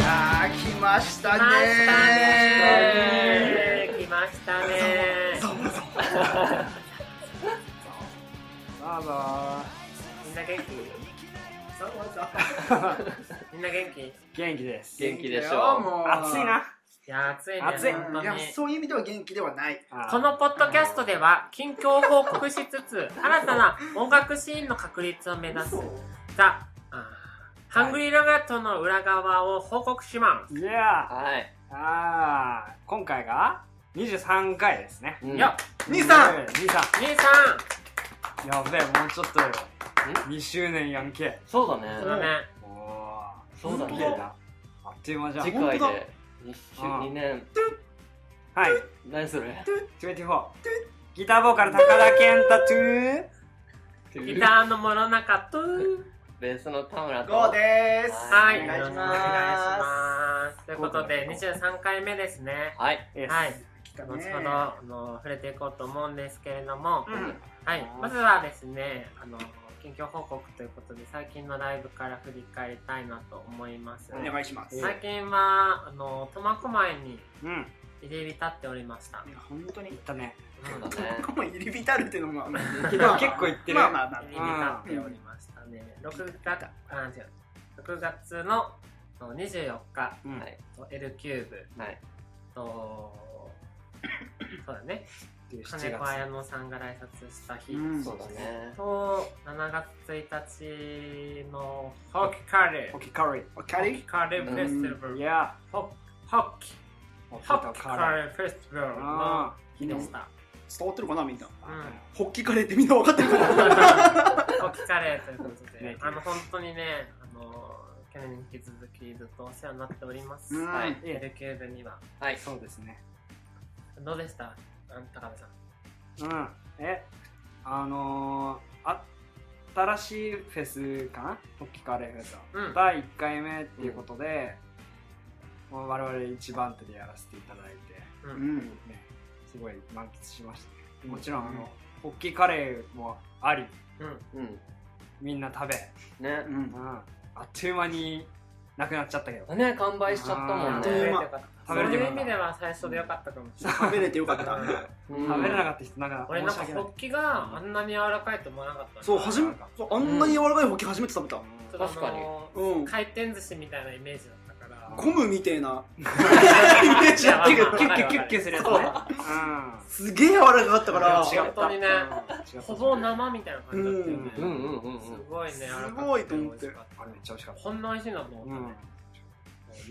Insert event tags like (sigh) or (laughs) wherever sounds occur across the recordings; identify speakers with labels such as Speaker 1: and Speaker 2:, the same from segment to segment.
Speaker 1: やー来ました
Speaker 2: 来
Speaker 1: ね
Speaker 2: ましたね来ましたね
Speaker 1: まあま
Speaker 2: みんな元気
Speaker 1: あ
Speaker 2: みんな元気い
Speaker 3: 元気です
Speaker 4: 元気でしょう
Speaker 1: もう
Speaker 3: 暑いな
Speaker 2: やー暑いね
Speaker 3: 暑い
Speaker 2: 本当
Speaker 1: い
Speaker 2: に
Speaker 1: やそういう意味では元気ではない
Speaker 2: このポッドキャストでは近況を報告しつつ新たな音楽シーンの確立を目指すザ・あーハングリーラガットの裏側を報告します、
Speaker 3: じゃあ
Speaker 4: はい。
Speaker 3: あー今回が23回ですね
Speaker 4: うん
Speaker 2: よっ
Speaker 1: 兄さん
Speaker 3: 23
Speaker 2: 兄
Speaker 3: やべえもうちょっとよ2周年やんけ
Speaker 4: そうだ
Speaker 2: さん
Speaker 4: ね
Speaker 2: そ。のね
Speaker 3: おお
Speaker 4: そうだ
Speaker 3: 綺
Speaker 4: ね
Speaker 3: 麗だあっという間じゃん
Speaker 4: 次回
Speaker 1: 本当だ
Speaker 4: で一週
Speaker 3: ああ
Speaker 4: 二年。
Speaker 3: はい
Speaker 4: 何それ？
Speaker 3: 24ギターボーカル高田健太トゥ
Speaker 2: ギターの諸中と
Speaker 4: ベースの田村と。
Speaker 1: ゴーでーす
Speaker 2: はい
Speaker 1: お
Speaker 2: よ
Speaker 1: 願い
Speaker 2: ろ
Speaker 1: し
Speaker 2: しくお願いし
Speaker 1: ま
Speaker 2: ますということで23回目ですね
Speaker 4: はい。
Speaker 3: ー
Speaker 2: はい
Speaker 1: す来た
Speaker 2: 後ほ
Speaker 1: ね
Speaker 2: どあの触れていこうと思うんですけれども、
Speaker 1: うん
Speaker 2: はい、まずはですねあの近況報告ということで最近のライブから振り返りたいなと思います、
Speaker 1: お願いします
Speaker 2: 最近はあの苫小牧に
Speaker 3: うん
Speaker 2: 入り浸っておりました、
Speaker 1: いや本当に
Speaker 3: いったね
Speaker 2: うん
Speaker 4: そうだね。
Speaker 1: ここも入り浸るっていうのもまあ
Speaker 3: でも結構いってる
Speaker 1: まあまあまあ
Speaker 2: 入り浸っておりましたね6月あ違う6月の24日
Speaker 3: うん
Speaker 4: はい
Speaker 2: と L キューブ
Speaker 4: はい。
Speaker 1: (coughs)
Speaker 2: とそうだね
Speaker 3: で7
Speaker 2: 金子
Speaker 3: 月
Speaker 2: 綾乃さんが来拶した日、
Speaker 1: うん
Speaker 4: そうだね。
Speaker 2: と7月1日のホッキカレー
Speaker 3: オキカレ
Speaker 1: おキ
Speaker 2: ホ
Speaker 1: ャ
Speaker 2: ッ
Speaker 1: リ
Speaker 2: キカレーフェスティバ
Speaker 3: ー
Speaker 2: ル
Speaker 3: いや
Speaker 2: ホッホッキ
Speaker 3: ホ
Speaker 2: ホッキカレーフェスティバルの
Speaker 3: あ
Speaker 2: 日でした
Speaker 1: 伝わってるかなみんな
Speaker 3: ー
Speaker 2: うん
Speaker 1: ホッキカレーってみんな分かってるか
Speaker 2: ホ
Speaker 1: な
Speaker 2: ッキカレーということで
Speaker 3: ね
Speaker 2: あの本当にねあの去年に引き続きずっとお世話になっております
Speaker 1: うん
Speaker 4: はい
Speaker 3: え
Speaker 2: エルキューブには
Speaker 4: はい。
Speaker 3: そうですね
Speaker 2: どうでしたあの高部さん
Speaker 3: うんえあのー、あ新しいフェスかなホッキカレーフェスは
Speaker 2: うん
Speaker 3: 第1回目っていうことで、もう我々一番手でやらせていただいて、
Speaker 2: う
Speaker 1: うんん
Speaker 3: ね、すごい満喫しましたね、
Speaker 4: うん
Speaker 3: もちろんあの、
Speaker 1: うん
Speaker 3: ホッキカレーもあり
Speaker 2: うん
Speaker 4: うん。
Speaker 3: みんな食べ、
Speaker 4: ね
Speaker 1: う。
Speaker 3: うんん、あっという間になくなっちゃったけど
Speaker 4: ね完売しちゃったもん
Speaker 2: 食べれて
Speaker 4: ね
Speaker 2: よ。かった
Speaker 3: 食
Speaker 2: そ
Speaker 3: べ
Speaker 2: う
Speaker 3: れ
Speaker 2: いう意
Speaker 3: てよかった
Speaker 2: 味では最初でよかったかもしれない
Speaker 1: 食べれてよかった
Speaker 4: うん
Speaker 3: 食べれなかった人なんか
Speaker 2: 俺なんかホ
Speaker 3: っ
Speaker 2: ッキがあんなに柔らかいと思わなかったな
Speaker 1: そう初めそうあんなに柔らかいホッキ初めて食べた
Speaker 2: ちょっとあの
Speaker 4: 確かに。
Speaker 1: うん
Speaker 2: 回転寿司みたいなイメージだったから
Speaker 1: ゴムみてえなイメージだった
Speaker 3: キ
Speaker 1: け
Speaker 3: ュ
Speaker 1: ど
Speaker 3: ッキュッキュッキュッキュッするやつね
Speaker 1: すげえ柔らかかった
Speaker 3: うん
Speaker 1: から
Speaker 3: 違
Speaker 2: 本
Speaker 3: った
Speaker 2: 当にね
Speaker 3: うん違った
Speaker 2: ほぼ生みたいな感じだったよね、
Speaker 4: うんうんうん
Speaker 2: す
Speaker 4: うん。
Speaker 2: ごいね柔らかく
Speaker 1: すごいと思って
Speaker 2: 美味しかた
Speaker 3: あれめっちゃ美味しかった
Speaker 2: こんな美味しいなと思った
Speaker 3: う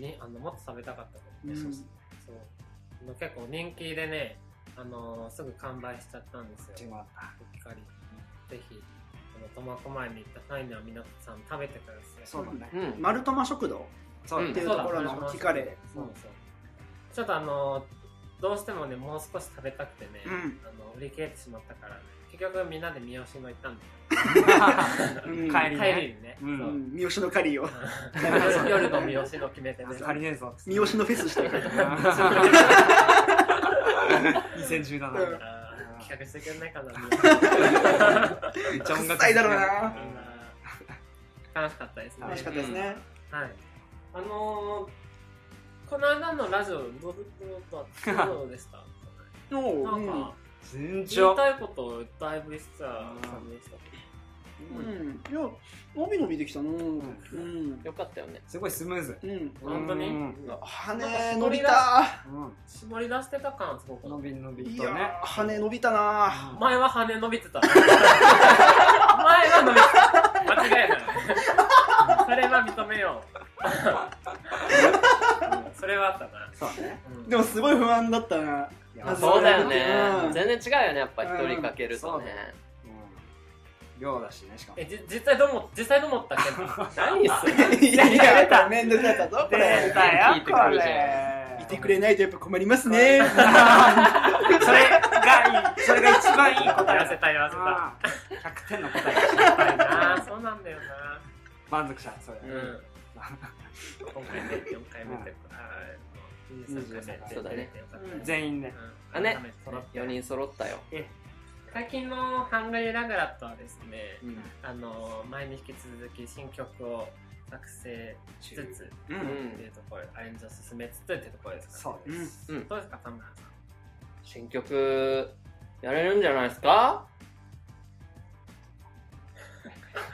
Speaker 2: ね、
Speaker 3: ん
Speaker 2: ねあのもっと食べたかったけど、
Speaker 1: うん
Speaker 2: そうそうあの結構人気でねあのすぐ完売しちゃったんですよ
Speaker 3: ちもらった
Speaker 2: うっかりぜひあの苫小牧に行った際には皆さん食べてください
Speaker 3: そうだね
Speaker 4: うん。
Speaker 1: 丸玉食堂
Speaker 3: そう
Speaker 4: うん
Speaker 1: っていうところのホッキカレー
Speaker 2: そうそうちょっとあのどうしてもねもう少し食べたくてね、
Speaker 1: うん
Speaker 2: あの売り切れてしまったから、ね、結局みんなで三好の行ったんだよ
Speaker 1: うん
Speaker 3: 帰りね
Speaker 2: 帰りにね、
Speaker 3: う
Speaker 1: うんん三好のカリーを
Speaker 2: そう夜の三好の決め手
Speaker 3: (laughs)
Speaker 2: で、ね、
Speaker 3: 足りねえぞ
Speaker 1: 三好のフェスしてるうん
Speaker 2: あー
Speaker 3: 2017
Speaker 2: 企画してくれないかな
Speaker 3: めっちゃ音楽
Speaker 1: 臭いだろうな
Speaker 2: 楽しかったですね
Speaker 1: 楽しかったですね
Speaker 2: はいあのー、この間のラジオどうどうだったどうでした
Speaker 1: お
Speaker 2: なんか、
Speaker 3: 全
Speaker 2: 言
Speaker 3: 長
Speaker 2: いたいことをだいぶ言ってた感じでした
Speaker 1: うんいや伸び伸びできたなうん
Speaker 4: よかったよね。
Speaker 3: すごいスムーズ
Speaker 1: うん
Speaker 2: 本当に
Speaker 3: うん
Speaker 1: 羽伸びた
Speaker 2: 絞り出してた感すごく
Speaker 3: 伸び伸び
Speaker 1: い
Speaker 3: とね
Speaker 1: や羽伸びたな
Speaker 2: 前は羽伸びてた (laughs) 前は伸びてた間違い (laughs) ないそれは認めよう (laughs) うんそれはあったな、
Speaker 3: そうだね
Speaker 2: うん
Speaker 1: でもすごい不安だったな
Speaker 4: あ
Speaker 1: あ
Speaker 4: そうだよ
Speaker 1: うん
Speaker 4: ね。全然違うよねやっぱ一人かけるとね。
Speaker 3: 量だしねしかも
Speaker 2: えじ実際どうも実際どう思ったっけ
Speaker 4: 何する？
Speaker 1: いやた面倒くさかったぞこれ
Speaker 4: たよこれ
Speaker 1: いてくれないとやっぱ困りますね
Speaker 3: それがいいそれが一番いい
Speaker 2: 言
Speaker 3: 答え
Speaker 2: わせた言わせた
Speaker 1: (laughs)
Speaker 3: あー100点の答えが知りたい
Speaker 2: ああ
Speaker 3: な
Speaker 2: そうなんだよな
Speaker 3: 満足したそれ、
Speaker 2: う
Speaker 3: うん
Speaker 2: ん今回ね4回目ということはい23回目
Speaker 4: そうだね
Speaker 2: よかった
Speaker 1: うん
Speaker 3: (laughs) 全員ね
Speaker 4: あ
Speaker 2: ね
Speaker 4: ね、4人揃ったよ。
Speaker 2: 最近のハングリラグラットはですね
Speaker 1: (laughs)
Speaker 4: うん。
Speaker 2: あの前に引き続き新曲を作成しつつ
Speaker 1: う。
Speaker 4: うん
Speaker 2: ってい
Speaker 4: ん
Speaker 2: うところアレンジを進めつつっていうところですか
Speaker 3: そうです、
Speaker 2: らどうですか田村さん
Speaker 4: 新曲、やれるんじゃないですか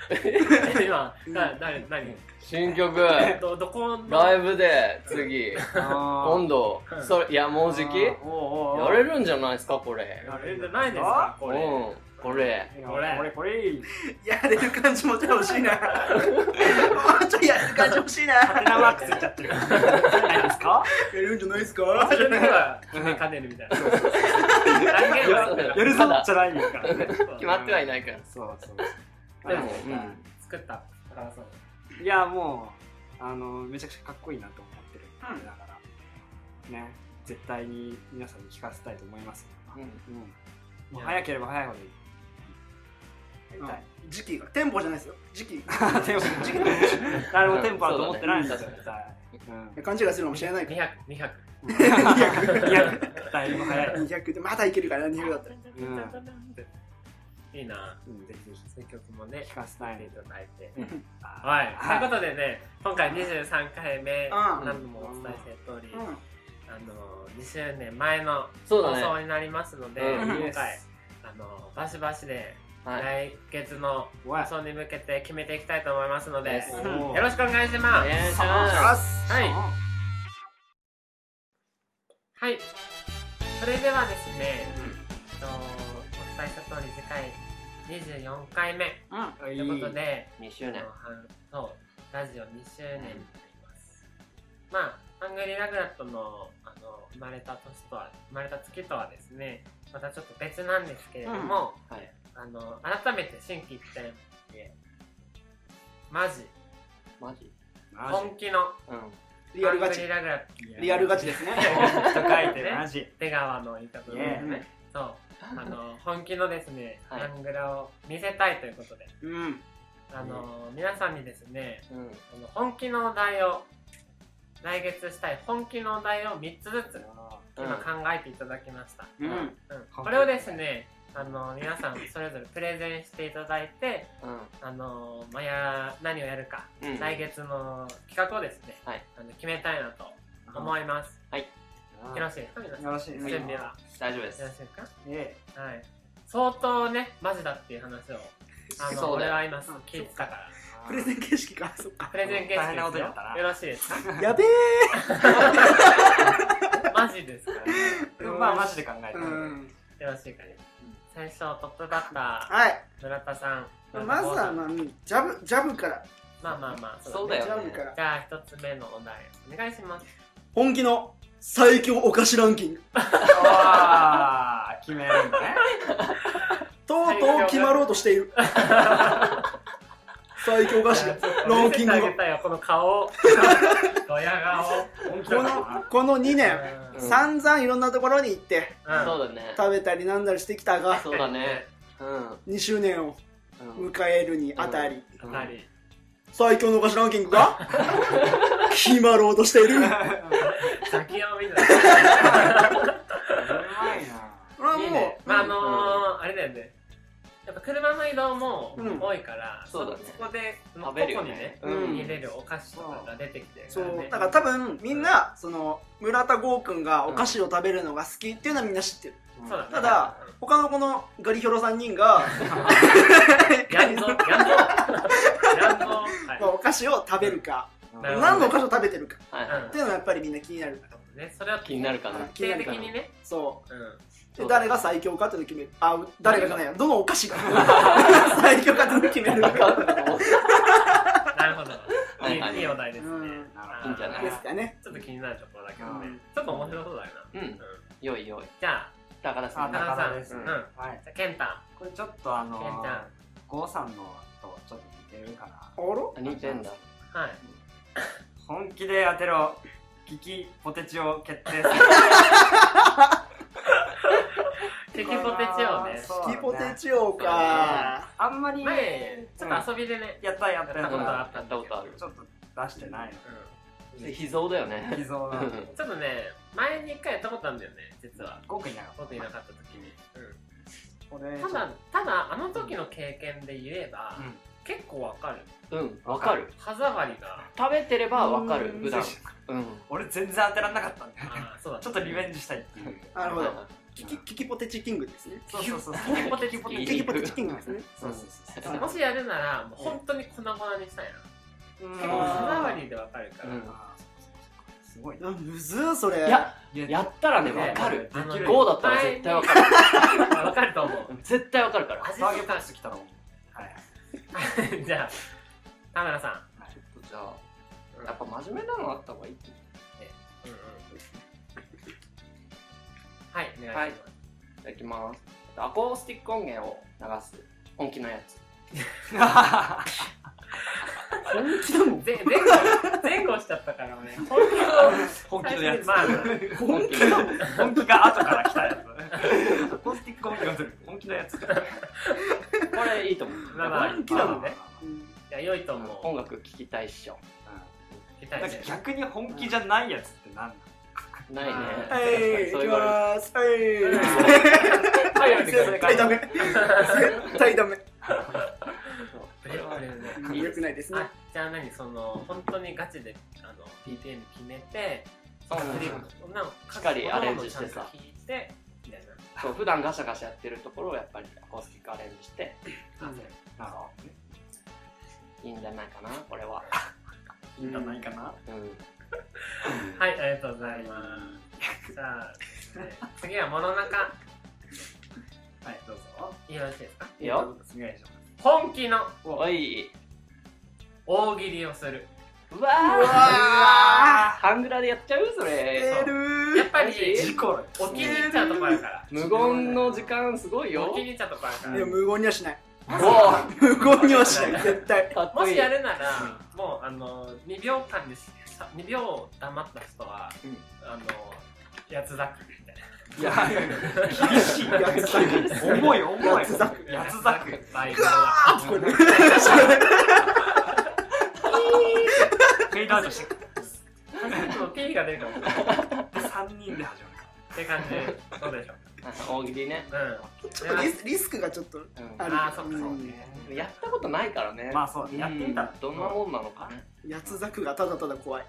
Speaker 2: (laughs) 今、な、な、なに、
Speaker 4: (laughs) 新曲、
Speaker 2: ど、どこの。
Speaker 4: ライブで、次、
Speaker 3: 今
Speaker 4: 今度
Speaker 2: うん、
Speaker 4: それ、いや、もうじきや
Speaker 3: おうおうおう
Speaker 4: れるんじゃないですか、これ。
Speaker 2: ライブじゃないですか、
Speaker 4: う
Speaker 2: これ。
Speaker 4: ん、これ。
Speaker 3: いや
Speaker 2: これ
Speaker 3: これこれ
Speaker 1: やれる感じもちょっと欲しいな。もうちょいやれる感じ欲しいな。 (laughs)
Speaker 3: ハテナマークついちゃってるないですか
Speaker 1: やるんじゃないですか
Speaker 2: あそれでは、かねるみたいな。断言はしてな
Speaker 3: (laughs) や
Speaker 2: い
Speaker 3: るぞじゃない (laughs) よからね
Speaker 4: 決まってはいないから。
Speaker 3: そうそう
Speaker 4: で
Speaker 3: で
Speaker 4: も
Speaker 3: も、、
Speaker 4: うん。
Speaker 2: 作った。だからそう。
Speaker 3: いやもうあのめちゃくちゃかっこいいなと思ってる
Speaker 1: うん
Speaker 3: だから、ね絶対に皆さんに聞かせたいと思います、
Speaker 4: うん
Speaker 3: うん、もう早ければ早いほどいい
Speaker 1: うん時期が。店舗じゃないですよ。時期。
Speaker 3: (laughs) テンポ
Speaker 1: 時期の話い
Speaker 3: 誰もテンポだと思ってないんですよ、
Speaker 4: うん
Speaker 3: 絶対、
Speaker 1: や勘違いするかもしれないか
Speaker 2: 二
Speaker 1: ら。
Speaker 2: 百、二百。
Speaker 3: うん、200だいぶ早い、
Speaker 1: 200でまだいけるからな200だったら。
Speaker 2: いいな。
Speaker 3: うん、ぜひぜ
Speaker 2: そういう曲もね
Speaker 3: ひ聞。かせた
Speaker 2: 聞い
Speaker 3: い
Speaker 2: ていただいて。
Speaker 3: あ
Speaker 2: はい、ということでね、今回23回目、
Speaker 1: うん
Speaker 2: 何度もお伝えしてる通り、
Speaker 1: うん。
Speaker 2: あの、2周年前の
Speaker 4: そう
Speaker 2: 放
Speaker 4: だ
Speaker 2: 送
Speaker 4: ね。
Speaker 2: になりますので、
Speaker 4: うん
Speaker 2: 今回、あの、バシバシで、
Speaker 4: はい。
Speaker 2: 来月の
Speaker 3: おい
Speaker 2: 放送に向けて決めていきたいと思いますので、
Speaker 4: うん
Speaker 3: おう
Speaker 2: よろしくお願いしま
Speaker 4: お
Speaker 2: す。
Speaker 4: 願いし
Speaker 1: あ
Speaker 4: ま
Speaker 1: っ
Speaker 4: す。
Speaker 1: す
Speaker 2: はい。
Speaker 3: あ
Speaker 2: はい。それではですね、えっとお伝えした通り次回24回
Speaker 1: う
Speaker 2: 目
Speaker 1: ん。
Speaker 3: い
Speaker 2: と
Speaker 3: い
Speaker 2: いうことで、
Speaker 4: 2周
Speaker 2: あ
Speaker 4: 年
Speaker 2: の。ハンそう、ラジオ2周年になります。まあ、ハングリーラグラットのあの生まれた年とは、生まれた月とはですね、またちょっと別なんですけれども、
Speaker 4: はい。
Speaker 2: あの改めて新規一点で、マジ、
Speaker 4: マジ
Speaker 3: マ
Speaker 2: 本気の
Speaker 4: うん。
Speaker 1: リアルガ
Speaker 2: ハング
Speaker 1: チ
Speaker 2: リー。ラグラット
Speaker 3: ジ
Speaker 1: リアルガチですね。
Speaker 3: 本気と書いてマジ
Speaker 2: 出川のいいところです
Speaker 1: ね
Speaker 2: ね。そう。あの、本気のですね、
Speaker 4: はい
Speaker 2: ハングラを見せたいということで、
Speaker 1: うん。
Speaker 2: あの、皆さんにですね、
Speaker 4: うん。
Speaker 2: この本気のお題を、来月したい本気のお題を3つずつ、今考えていただきました。
Speaker 1: うん。
Speaker 2: うんこれをですね、あの、皆さんそれぞれプレゼンしていただいて、
Speaker 4: うん。
Speaker 2: あの、まあや、何をやるか、
Speaker 4: うん。
Speaker 2: 来月の企画をですね、
Speaker 4: はい
Speaker 2: あの決めたいなと思います。よろしいですか皆さん。
Speaker 3: よろしいです
Speaker 2: 準
Speaker 3: か
Speaker 2: 備は。
Speaker 4: 大丈夫で
Speaker 2: よろ
Speaker 4: す
Speaker 2: し。いですか
Speaker 3: え
Speaker 2: はい、相当ねマジだっていう話をあの
Speaker 4: そうだ
Speaker 2: 俺
Speaker 4: よ
Speaker 2: は今聞いてたから
Speaker 3: え
Speaker 1: プレゼン形式か。そっか。
Speaker 2: プレゼン形
Speaker 3: 大変な
Speaker 2: 式で
Speaker 3: こと
Speaker 2: す
Speaker 3: に
Speaker 2: よ
Speaker 3: なったな
Speaker 2: よろしいですか
Speaker 1: やべえ
Speaker 2: マジですから、ね、
Speaker 3: うんまあマジで考えて
Speaker 1: う
Speaker 3: みる
Speaker 1: ん。
Speaker 2: よろしいかね最初トップバッタ
Speaker 1: はい。
Speaker 2: ー村田さん
Speaker 1: まず
Speaker 2: 村田剛さ
Speaker 1: は、
Speaker 2: ん
Speaker 1: まあ、ジャブ、ジャブから。
Speaker 2: まあまあまあ
Speaker 4: そうだ
Speaker 1: ジ
Speaker 4: よね
Speaker 1: ャブから。
Speaker 2: じゃあ一つ目のお題お願いします
Speaker 1: 本気の最強お菓子ランキング。
Speaker 3: ああ決めるんだね
Speaker 1: とうとう決まろうとしてい
Speaker 2: (laughs)
Speaker 1: る。最強お菓子ランキングが
Speaker 2: 見せてあげ。たよこの
Speaker 4: (laughs)
Speaker 2: 顔ドヤ顔
Speaker 3: 本
Speaker 1: こ
Speaker 3: 当だ
Speaker 1: の、この2年、
Speaker 2: うん
Speaker 4: うん
Speaker 1: 散々いろんなところに行って、
Speaker 2: うん
Speaker 4: そうだね。
Speaker 1: 食べたりなんだりしてきたが、
Speaker 4: そうだね。うん。
Speaker 1: 2周年を
Speaker 4: うん。
Speaker 1: 迎えるにあたり、
Speaker 2: やはり
Speaker 1: 最強のお菓子ランキング
Speaker 2: (laughs)
Speaker 1: が、決まろうとしている。
Speaker 2: 先を見るね
Speaker 3: うまいな
Speaker 1: これはいも
Speaker 4: いね
Speaker 2: まああのーあれだよねやっぱ車の移動も
Speaker 1: うん
Speaker 2: 多いから、
Speaker 4: そうだね
Speaker 2: そこでその
Speaker 4: 食べ
Speaker 2: 個
Speaker 4: るよ
Speaker 2: 々に
Speaker 4: ね
Speaker 2: ね。
Speaker 1: う
Speaker 2: 入
Speaker 1: ん
Speaker 2: れるお菓子とかが出てきてる
Speaker 1: そう
Speaker 2: ね
Speaker 1: だから多分みんなその村田剛君がお菓子を食べるのが好きっていうのはみんな知ってる
Speaker 2: そうだね
Speaker 1: ただ他のこのガリヒョロ3人
Speaker 2: (laughs)
Speaker 1: が
Speaker 2: やんぞやんぞやんぞ
Speaker 1: まあお菓子を食べるか
Speaker 3: うん
Speaker 2: なるほど
Speaker 1: 何のお菓子を食べてるか
Speaker 4: はい
Speaker 2: は、
Speaker 4: はい
Speaker 1: っていうのはやっぱりみんな気になるから
Speaker 2: うんね、それは
Speaker 4: 気になるかな
Speaker 2: 決定的にね
Speaker 1: そ
Speaker 2: うん
Speaker 1: う
Speaker 4: そ
Speaker 1: で
Speaker 4: うだ
Speaker 1: 誰
Speaker 4: ね
Speaker 1: が最強かっていうのを決めるあ誰がじゃないやどのお菓子が (laughs) 最強かっていうのを決める
Speaker 2: なるほど
Speaker 4: はいいはい
Speaker 2: いいいお題ですね、
Speaker 1: うん
Speaker 2: あー
Speaker 4: いいんじゃない
Speaker 1: ですかね
Speaker 2: ちょっと気になるところだけどね、
Speaker 3: うん
Speaker 2: ちょっと面白そうだよな
Speaker 4: (laughs) うんよいよい。
Speaker 2: じゃあ
Speaker 4: 高田さん
Speaker 3: あ。
Speaker 2: 中田さん
Speaker 3: 中田です
Speaker 2: うん
Speaker 4: ね
Speaker 2: じゃ
Speaker 3: はい
Speaker 2: あ健太
Speaker 3: これちょっとあ
Speaker 2: 健
Speaker 3: の
Speaker 2: ちゃん
Speaker 3: 郷さんのとちょっと似てるかな
Speaker 1: あら
Speaker 4: あ似てんだ。
Speaker 2: はい
Speaker 3: 本気で当てろキキポテチを決定する
Speaker 2: テキポテチ王ね
Speaker 3: そうだ
Speaker 1: キポテチ王か
Speaker 3: あんまり、
Speaker 2: 前ちょっと遊びでね、
Speaker 3: やったやった
Speaker 2: や
Speaker 3: や
Speaker 2: ったこと
Speaker 3: っ
Speaker 2: あ
Speaker 4: ったことある
Speaker 3: たちょっと出してない
Speaker 4: で秘蔵だよ
Speaker 3: の
Speaker 4: ね
Speaker 3: 偽造なの
Speaker 2: うんちょっとね前に一回やったことあるんだよね実は
Speaker 3: ごくいなかった
Speaker 2: 僕いなかった時に、
Speaker 3: 俺
Speaker 2: ただただあの時の経験で言えば、
Speaker 3: うん
Speaker 2: 結構わかる
Speaker 4: うんわかる
Speaker 2: 歯触りが
Speaker 4: 食べてればわかる
Speaker 3: うん
Speaker 4: 普段うん
Speaker 3: (laughs) 俺全然当てらんなかったんだよね (laughs)
Speaker 2: あーそうだ
Speaker 3: ちょっとリベンジしたいっていう
Speaker 1: なるほどキキキキポテチキングですね
Speaker 3: そうそうそう
Speaker 2: キキポテチ
Speaker 1: キキポテチキングですね
Speaker 3: そうそうそう
Speaker 2: ただもしやるならもう本当に粉々にしたいな、
Speaker 3: うん
Speaker 2: 結構歯触りでわかるから、
Speaker 4: うん
Speaker 3: あーそうそうそうすごい
Speaker 1: あむずーそれ
Speaker 4: いややったらねわかる
Speaker 2: あのね
Speaker 4: 5だったら絶対わか
Speaker 2: (laughs)
Speaker 4: る
Speaker 2: わかると思う
Speaker 4: 絶対わかるから
Speaker 2: 味
Speaker 3: ターゲ
Speaker 2: と
Speaker 3: ット
Speaker 2: か (laughs)
Speaker 3: パス来たのはい
Speaker 2: じゃあ田村さん
Speaker 4: ちょっとじゃあやっぱ真面目なのあった方がいいって
Speaker 2: うんうんはいお願いします、
Speaker 4: いただきますアコースティック音源を流す本気のやつ
Speaker 1: 本気だもん
Speaker 2: ぜ前後前後しちゃったからね本気の
Speaker 3: (laughs) 本気のやつ
Speaker 2: まあ
Speaker 4: 本気の
Speaker 3: 本気が後から来たやつアコースティック音楽が出る本気のやつ
Speaker 4: これいいと思 (laughs) う
Speaker 2: まあまあ
Speaker 1: 本気だもん
Speaker 2: ねいや良いと思う
Speaker 4: 音楽聴きたいっしょ
Speaker 2: 聞きたい
Speaker 3: なん
Speaker 2: ね
Speaker 3: か逆に本気じゃないやつってなん
Speaker 4: ないね
Speaker 2: あ
Speaker 1: は
Speaker 2: ー
Speaker 1: い行
Speaker 4: そう
Speaker 1: き
Speaker 4: 言わ
Speaker 1: まーすは
Speaker 2: はい
Speaker 1: い絶対ダメ絶対ダメ
Speaker 2: これはね
Speaker 4: いい
Speaker 1: 良くないですね
Speaker 2: あじゃあ何その本当にガチであの BPM 決めて
Speaker 4: そうなん
Speaker 2: 振
Speaker 4: で
Speaker 2: り
Speaker 4: すよ
Speaker 2: なんか
Speaker 4: しっかりアレンジしてさ
Speaker 2: 弾いてみたいな
Speaker 4: そう普段ガシャガシャやってるところをやっぱりアコースティックアレンジして
Speaker 3: なの
Speaker 4: いいんじゃないかなこれは、
Speaker 3: いいんじゃないかな
Speaker 4: うん、
Speaker 2: はい、ありがとうございます。じゃあ、ね次はモノナカ、
Speaker 3: はいどうぞ
Speaker 2: よろしいですか
Speaker 4: いいよ
Speaker 3: お願いしま
Speaker 2: 本気の
Speaker 4: おい
Speaker 2: 大喜利をする。
Speaker 4: うわ
Speaker 1: うわ
Speaker 4: ー半グラでやっちゃうそれ
Speaker 1: 出る
Speaker 2: やっぱり、お
Speaker 4: マ
Speaker 2: 気
Speaker 4: ジえ
Speaker 3: す
Speaker 2: に
Speaker 3: 事故だよ
Speaker 2: 入っちゃうとこあるから。
Speaker 4: 無言の時間すごいよ
Speaker 2: お気に入っちゃうとこあるか
Speaker 1: いや無言にはしない
Speaker 4: おー
Speaker 1: 無言にはしない絶対
Speaker 4: かっこ
Speaker 2: ら。も
Speaker 4: いい
Speaker 2: しやるなら、もう、あの、2秒間です。2秒黙った人は、
Speaker 4: うん
Speaker 2: あの、八つ咲きみたい
Speaker 3: いや厳し
Speaker 1: (laughs)
Speaker 3: いやつだ重い重い
Speaker 1: やつだ
Speaker 2: な。
Speaker 3: やつざく
Speaker 2: バイ
Speaker 4: (laughs)
Speaker 1: これ
Speaker 3: フェードアウトしてくる
Speaker 2: の P が出るかも。っ
Speaker 3: 3人で始まるから
Speaker 2: て感じで、どうでしょう。
Speaker 4: 大喜利ね、
Speaker 1: ち
Speaker 2: う
Speaker 1: ょっと
Speaker 2: ん。
Speaker 1: リスリスクがちょっと
Speaker 4: う
Speaker 1: ある
Speaker 2: あーそっかそっか
Speaker 1: うん
Speaker 4: ん、やったことないからね、
Speaker 3: まあそうだ
Speaker 4: う
Speaker 3: ね
Speaker 4: ん
Speaker 3: やってみたら
Speaker 4: どんなもんなのかね
Speaker 1: 八つざくがただただ怖い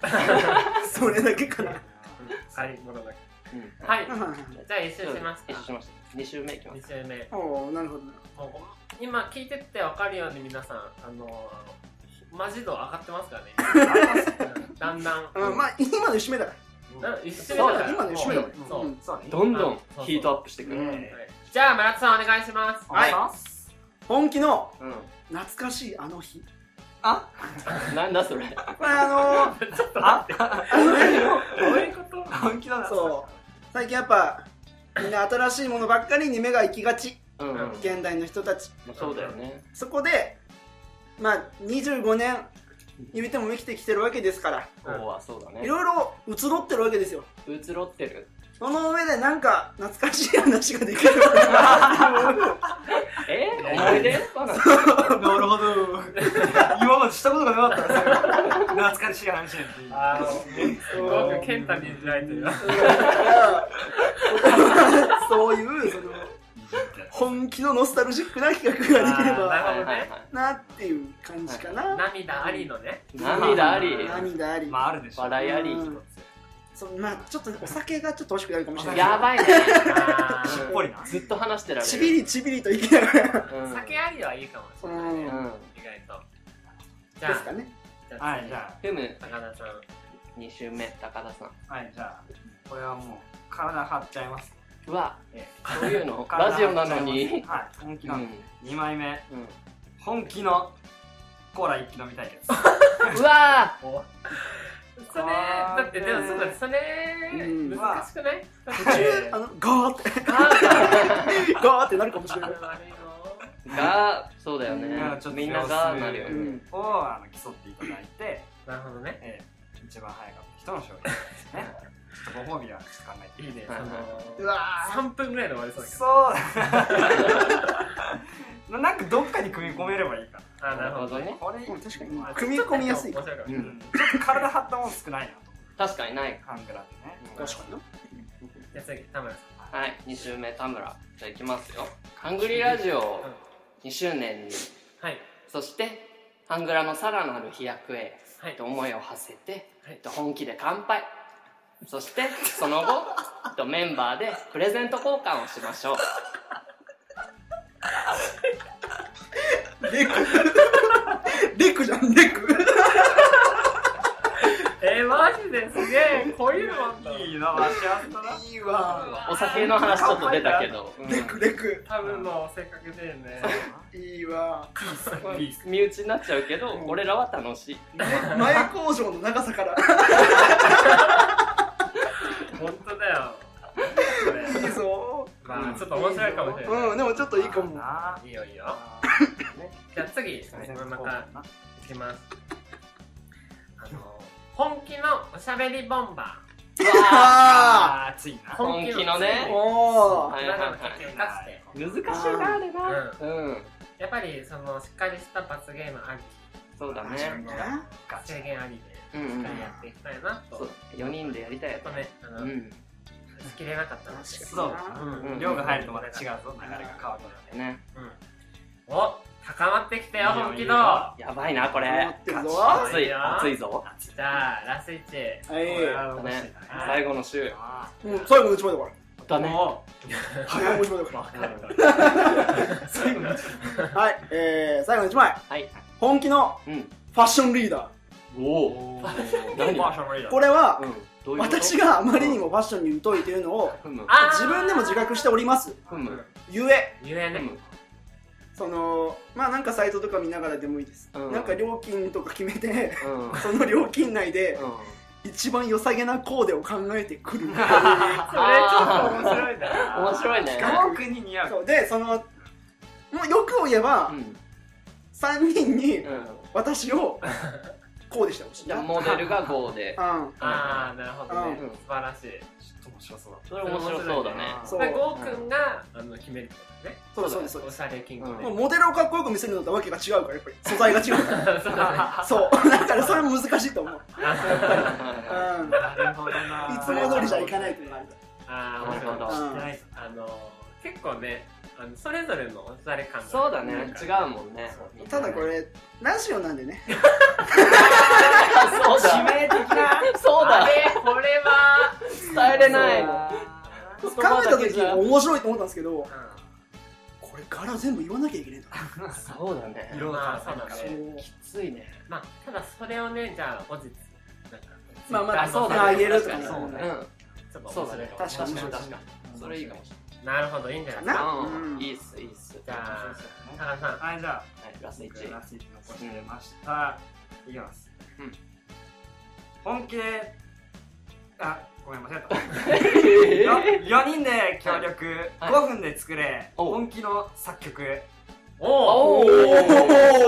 Speaker 1: それだけか
Speaker 3: (laughs)
Speaker 1: な
Speaker 2: はい、モノナ
Speaker 4: うん
Speaker 2: カ。はい。
Speaker 1: うん
Speaker 2: じゃあ一周します
Speaker 4: 一
Speaker 2: か
Speaker 4: 緒しました2周目いきま
Speaker 2: 2
Speaker 4: す
Speaker 2: 周目
Speaker 1: おおなるほどな
Speaker 2: もう今聞いてって分かるように皆さんあのー、マジ度上がってますからねうんだんだん、
Speaker 1: うんまあ今の締めだか
Speaker 2: うん、一周目だから
Speaker 1: そう今の一周目だから
Speaker 2: も
Speaker 1: ら
Speaker 2: うそう、
Speaker 1: う
Speaker 2: は
Speaker 1: ん
Speaker 3: そうだね
Speaker 4: どんどんヒートアップしてくる、
Speaker 1: うん
Speaker 4: うん
Speaker 2: いじゃあ村田さんお願いします
Speaker 1: はい
Speaker 3: あ
Speaker 1: 本気の懐かしいあの日
Speaker 3: あ
Speaker 4: なんだそれ
Speaker 1: これ (laughs) あ
Speaker 2: ちょっと
Speaker 3: あ
Speaker 1: のー (laughs)
Speaker 2: どういうこと
Speaker 3: 本気だな
Speaker 1: そう最近やっぱみんな新しいものばっかりに目が行きがち
Speaker 4: うん、うん
Speaker 1: 現代の人たち
Speaker 4: まあそうだよね
Speaker 1: そこでまあ25年言うても生きてきてるわけですから
Speaker 4: こうはそうだね
Speaker 1: いろいろ移ろってるわけですよ
Speaker 4: 移ろってる
Speaker 1: その上でなんか懐かしい話がで (laughs) きるな
Speaker 4: え思い出話
Speaker 3: なるほど。今までしたことがなかったから懐かしい話なんていう。
Speaker 2: あのすごく健太にいじられてる
Speaker 1: そういうその本気のノスタルジックな企画ができれ
Speaker 2: あーなる
Speaker 1: ば
Speaker 4: はいはいはい
Speaker 1: なっていう感じかな、
Speaker 2: 涙ありのね
Speaker 4: 涙あり
Speaker 1: 涙あり、
Speaker 3: まああるでしょ。
Speaker 4: 笑いあり
Speaker 1: うんそうまあちょっとお酒がちょっと欲しくなるかもしれない
Speaker 4: やばいね
Speaker 2: あ
Speaker 3: し
Speaker 2: ー
Speaker 3: っぽりな。
Speaker 4: ずっと話してられる
Speaker 1: ちびりちびりといきながら
Speaker 4: うん
Speaker 2: 酒ありはいいかもしれな
Speaker 1: う
Speaker 2: いね、
Speaker 4: うん
Speaker 2: 意外とじゃ
Speaker 1: です
Speaker 2: あ
Speaker 1: かね
Speaker 2: じゃあ
Speaker 3: はい、じゃ
Speaker 4: ふむ
Speaker 2: 高田さん
Speaker 4: 2周目高田さん
Speaker 3: あ、はい、じゃあ、これはもう、体張っちゃいます。
Speaker 4: うわ
Speaker 3: え
Speaker 4: そういうの
Speaker 3: え
Speaker 4: ラジオなのに
Speaker 3: はい、本気
Speaker 4: うんう
Speaker 3: なんの。2枚目、本気のコーラ一気飲みたいです。
Speaker 4: うわ
Speaker 2: それだってでもそれそれ
Speaker 1: うん
Speaker 2: 難しくない
Speaker 1: 途中あのガーって
Speaker 2: あー
Speaker 1: ガーってなるかもし
Speaker 2: そ
Speaker 1: れ
Speaker 2: れ
Speaker 1: ない
Speaker 2: 悪いよ
Speaker 4: ー (laughs) がそうだよね
Speaker 3: うんちょっと
Speaker 4: みんながなるよ
Speaker 1: う
Speaker 4: ね
Speaker 1: ん
Speaker 3: をあの競っていただいて、
Speaker 2: なるほどね
Speaker 3: ええ一番早かった人の勝利ですね。ちょっとご褒美はちょっと考えて
Speaker 2: いいね。
Speaker 4: はいは
Speaker 1: うわー
Speaker 2: 3分ぐらいで終わりそうだけど。
Speaker 3: そう (laughs) なんかどっかに組み込めればいいか
Speaker 2: あ、なるほ
Speaker 4: なるほ
Speaker 2: ど
Speaker 4: ど
Speaker 2: ね。
Speaker 4: ね
Speaker 3: らこれいい
Speaker 1: うん確かに
Speaker 3: まあ
Speaker 1: 組み込みやすい
Speaker 2: ちょっと面白かも
Speaker 4: う
Speaker 3: うんんちょっと体張ったもん少ないなと
Speaker 4: 確かにない
Speaker 3: カングラってね
Speaker 1: 確かにな
Speaker 2: じゃあ次、田村さ
Speaker 4: はい2週目田村じゃあいきますよハングリーラジオ
Speaker 2: ん。うん
Speaker 4: 2周年に
Speaker 2: はい。
Speaker 4: そしてハングラのさらなる飛躍へ
Speaker 2: はい
Speaker 4: と。思いを馳せて
Speaker 2: はい
Speaker 4: と本気で乾杯そしてその後とメンバーでプレゼント交換をしましょう
Speaker 1: レクレクじゃんレク
Speaker 2: えー、マジですげえ。こういうのあんだ。
Speaker 3: いいな幸せだない
Speaker 1: いわ
Speaker 4: お酒の話ちょっと出たけど、うん
Speaker 1: レクレク
Speaker 2: 多分の性格でね。
Speaker 1: いいわ
Speaker 3: いいっす
Speaker 4: 身内になっちゃうけど俺らは楽しい
Speaker 1: 前工場の長さから
Speaker 2: 本当だよ。これ
Speaker 1: いいぞ
Speaker 2: まあ、ちょっと面白いかもしれない。
Speaker 1: うんでもちょっといいかも
Speaker 3: ない
Speaker 2: いよいいよ。
Speaker 3: あ
Speaker 2: じゃあ次、
Speaker 3: ーね
Speaker 2: これまたいきます。あの、本気のおしゃべりボンバ
Speaker 4: わ
Speaker 1: あ
Speaker 3: あーつい
Speaker 2: ー。
Speaker 3: な
Speaker 4: 本気の
Speaker 1: あ
Speaker 4: ね
Speaker 2: 本
Speaker 1: お
Speaker 2: 気
Speaker 1: ー
Speaker 2: の中の敵を生かして。
Speaker 4: ー難しいなあれなうん、
Speaker 2: やっぱり、その、しっかりした罰ゲームあり、
Speaker 4: そうだ
Speaker 1: 確か
Speaker 4: ね
Speaker 1: にな
Speaker 3: ガチ
Speaker 2: 制限あり
Speaker 4: う
Speaker 2: で、しっ
Speaker 4: ん
Speaker 2: かりやっていきたいなと。
Speaker 4: そう
Speaker 2: ち
Speaker 4: 4人でやりたいや
Speaker 2: ょっとね、あ
Speaker 4: つう
Speaker 2: の、
Speaker 4: ん
Speaker 2: しきれなかったので。
Speaker 1: 確
Speaker 3: そう
Speaker 1: か
Speaker 2: うん
Speaker 3: 量が入るとまた違うぞ流れが変わるので
Speaker 4: ね
Speaker 2: うんお高まってきたよ、
Speaker 3: いいよ
Speaker 2: 本気
Speaker 3: いい
Speaker 2: 度。
Speaker 3: よ
Speaker 4: やばいなこ
Speaker 1: に
Speaker 4: れ
Speaker 1: なってるぞ
Speaker 2: 勝
Speaker 4: 熱
Speaker 2: いい
Speaker 4: い
Speaker 2: よ
Speaker 4: 熱いぞ
Speaker 2: じゃあ、ラスイチ。
Speaker 1: はい
Speaker 3: これは面白い
Speaker 4: ね
Speaker 2: はい
Speaker 4: 最後の週や
Speaker 3: な
Speaker 1: うん最後の一枚だから
Speaker 4: だね
Speaker 2: も
Speaker 1: 早いもう一枚だから
Speaker 2: う、わかる
Speaker 3: 最後の
Speaker 1: はい、えー、最後の一枚。
Speaker 4: はい
Speaker 1: 本気の
Speaker 4: うん
Speaker 1: ファッションリーダ
Speaker 4: おお
Speaker 2: 何
Speaker 4: 何
Speaker 2: バーションもいいよ
Speaker 1: ー。これは
Speaker 4: う、んどういうこと
Speaker 1: 私があまりにもファッションに疎いというのを、
Speaker 4: ふむ
Speaker 2: あー
Speaker 1: 自分でも自覚しております。
Speaker 4: ふむ
Speaker 1: ゆえ、
Speaker 2: ゆえ
Speaker 4: ふ
Speaker 2: ね。
Speaker 4: む
Speaker 1: その、まあなんかサイトとか見ながらでもいいです。
Speaker 4: うん
Speaker 1: なんか料金とか決めて、 (laughs)
Speaker 4: うんうん
Speaker 1: その料金内で、一番良さげなコーデを考えて
Speaker 4: (laughs)
Speaker 1: くる。
Speaker 2: それちょっと面白いんだよな。
Speaker 4: 面白いね
Speaker 3: ガクに似合う
Speaker 1: そうで、その、もう欲を言えば
Speaker 4: う、ん
Speaker 1: 3人に
Speaker 4: うん
Speaker 1: 私をコーデしてほしい
Speaker 4: じゃ
Speaker 1: な。
Speaker 4: あ
Speaker 1: うん。
Speaker 4: モデルが5
Speaker 1: (laughs)
Speaker 4: で
Speaker 2: ああ、なるほどね
Speaker 4: うん。
Speaker 2: 素晴らしい。
Speaker 3: ちょっと面白そうだ
Speaker 4: それ面白そうだね
Speaker 1: そう
Speaker 2: で、ゴーくんが、あの、決めるってことね。
Speaker 1: そうですそうですそう
Speaker 2: お
Speaker 1: で
Speaker 2: しゃれキング
Speaker 4: うん
Speaker 2: ね。
Speaker 1: す。もうモデルをかっこよく見せるのとわけが違うから、やっぱり素材が違うから。
Speaker 2: そうだ
Speaker 1: そう。だからそれも難しいと思う。うん。
Speaker 3: なるほどない
Speaker 1: つも通りじゃいかないというのがある
Speaker 2: ね。ああ、面白い。
Speaker 1: うん
Speaker 2: ナイスあの、結構ね、あのそれぞれのおしゃれ感が。
Speaker 4: そうだね違うもんね
Speaker 1: ただこれラジオなんでね
Speaker 4: そうだ
Speaker 3: 致命的な
Speaker 4: そう
Speaker 2: あ
Speaker 4: だ
Speaker 2: れ、これは。
Speaker 4: 伝えれないの
Speaker 1: 考
Speaker 4: 言
Speaker 1: え
Speaker 4: 葉
Speaker 1: た
Speaker 4: だけ
Speaker 1: 時
Speaker 4: じゃ
Speaker 1: 面白いと思ったんですけど
Speaker 2: う
Speaker 1: これ柄全部言わなきゃいけないんだ
Speaker 4: そうだね
Speaker 2: ん。
Speaker 3: 色
Speaker 2: ま
Speaker 3: 々
Speaker 2: あ、そうだ
Speaker 1: そ
Speaker 2: ね。
Speaker 1: う
Speaker 4: きついね
Speaker 2: まあ、ただそれをね、じゃあ、後日、なんか、
Speaker 1: まあまだ
Speaker 2: あそうだね
Speaker 1: まあ言えるとかね
Speaker 2: そう
Speaker 4: う
Speaker 2: だ
Speaker 4: ん
Speaker 2: ねちょっと
Speaker 4: そう
Speaker 2: 面
Speaker 4: だ
Speaker 2: 白い
Speaker 4: ね
Speaker 2: か
Speaker 1: 確か
Speaker 2: も
Speaker 1: に
Speaker 4: 確かにそれいいかもし
Speaker 2: なるほど、いいんじゃないです
Speaker 4: れ
Speaker 2: か。
Speaker 4: な
Speaker 1: ない
Speaker 4: うん
Speaker 1: うん
Speaker 4: いいっすいいっす
Speaker 2: じゃあ、
Speaker 3: は
Speaker 2: 高田さん。
Speaker 3: いじゃあ
Speaker 4: いラス1
Speaker 3: ラスイチ残してましたいきます
Speaker 4: うん
Speaker 3: 本気であごめん間違えた
Speaker 4: え
Speaker 3: 4人で協力
Speaker 4: はい
Speaker 3: 5分で作れ
Speaker 4: お
Speaker 3: 本気の作曲
Speaker 2: おお
Speaker 1: お
Speaker 2: そ
Speaker 4: お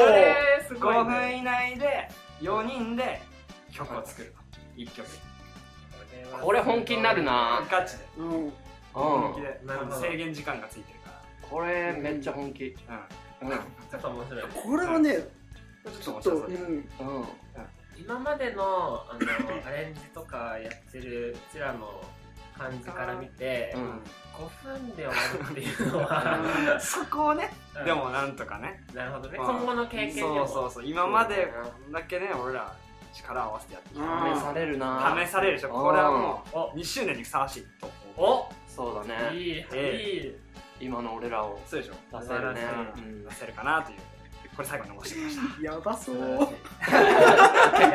Speaker 2: れすごい
Speaker 3: 5
Speaker 2: ね
Speaker 3: 分以内で4人で曲を作る1曲
Speaker 4: これ本気になるな
Speaker 3: ガチで
Speaker 1: うん
Speaker 4: うん
Speaker 3: 本気で
Speaker 2: なるほど
Speaker 3: 制限時間がついてるか
Speaker 4: これめっちゃ本気
Speaker 3: ら
Speaker 4: うん
Speaker 2: ちょっと面白い
Speaker 1: これはね
Speaker 3: うん
Speaker 1: ち
Speaker 3: ち
Speaker 1: ょ
Speaker 3: ょ
Speaker 1: っ
Speaker 3: っ
Speaker 1: と
Speaker 3: と
Speaker 1: う
Speaker 3: 面白そうん
Speaker 4: うん
Speaker 2: 今までのあのアレンジとかやってるうちらの感じから見て
Speaker 4: う
Speaker 3: うんん
Speaker 2: 5分で終わるっていうの
Speaker 4: (laughs)
Speaker 2: は
Speaker 3: そこをね
Speaker 2: うん
Speaker 3: でもなんとかね
Speaker 2: なるほどね
Speaker 3: うん
Speaker 2: 今後の経験で
Speaker 3: そうそ
Speaker 2: も
Speaker 3: うそう今まで
Speaker 4: そうだね
Speaker 3: こんだけね俺ら力を合わせてやってき
Speaker 1: うん
Speaker 4: 試
Speaker 3: た
Speaker 4: されるな
Speaker 3: 試されるでしょこれはも
Speaker 2: お
Speaker 3: う2周年にふさわしいと思う
Speaker 2: お
Speaker 4: そうだね
Speaker 2: いい
Speaker 3: え
Speaker 2: いい
Speaker 4: 今の俺らを
Speaker 3: そうでしょ
Speaker 4: 出せるねうん
Speaker 3: 出せるかなというこれ最後に残してみまし
Speaker 1: (laughs) やばそう
Speaker 4: (laughs)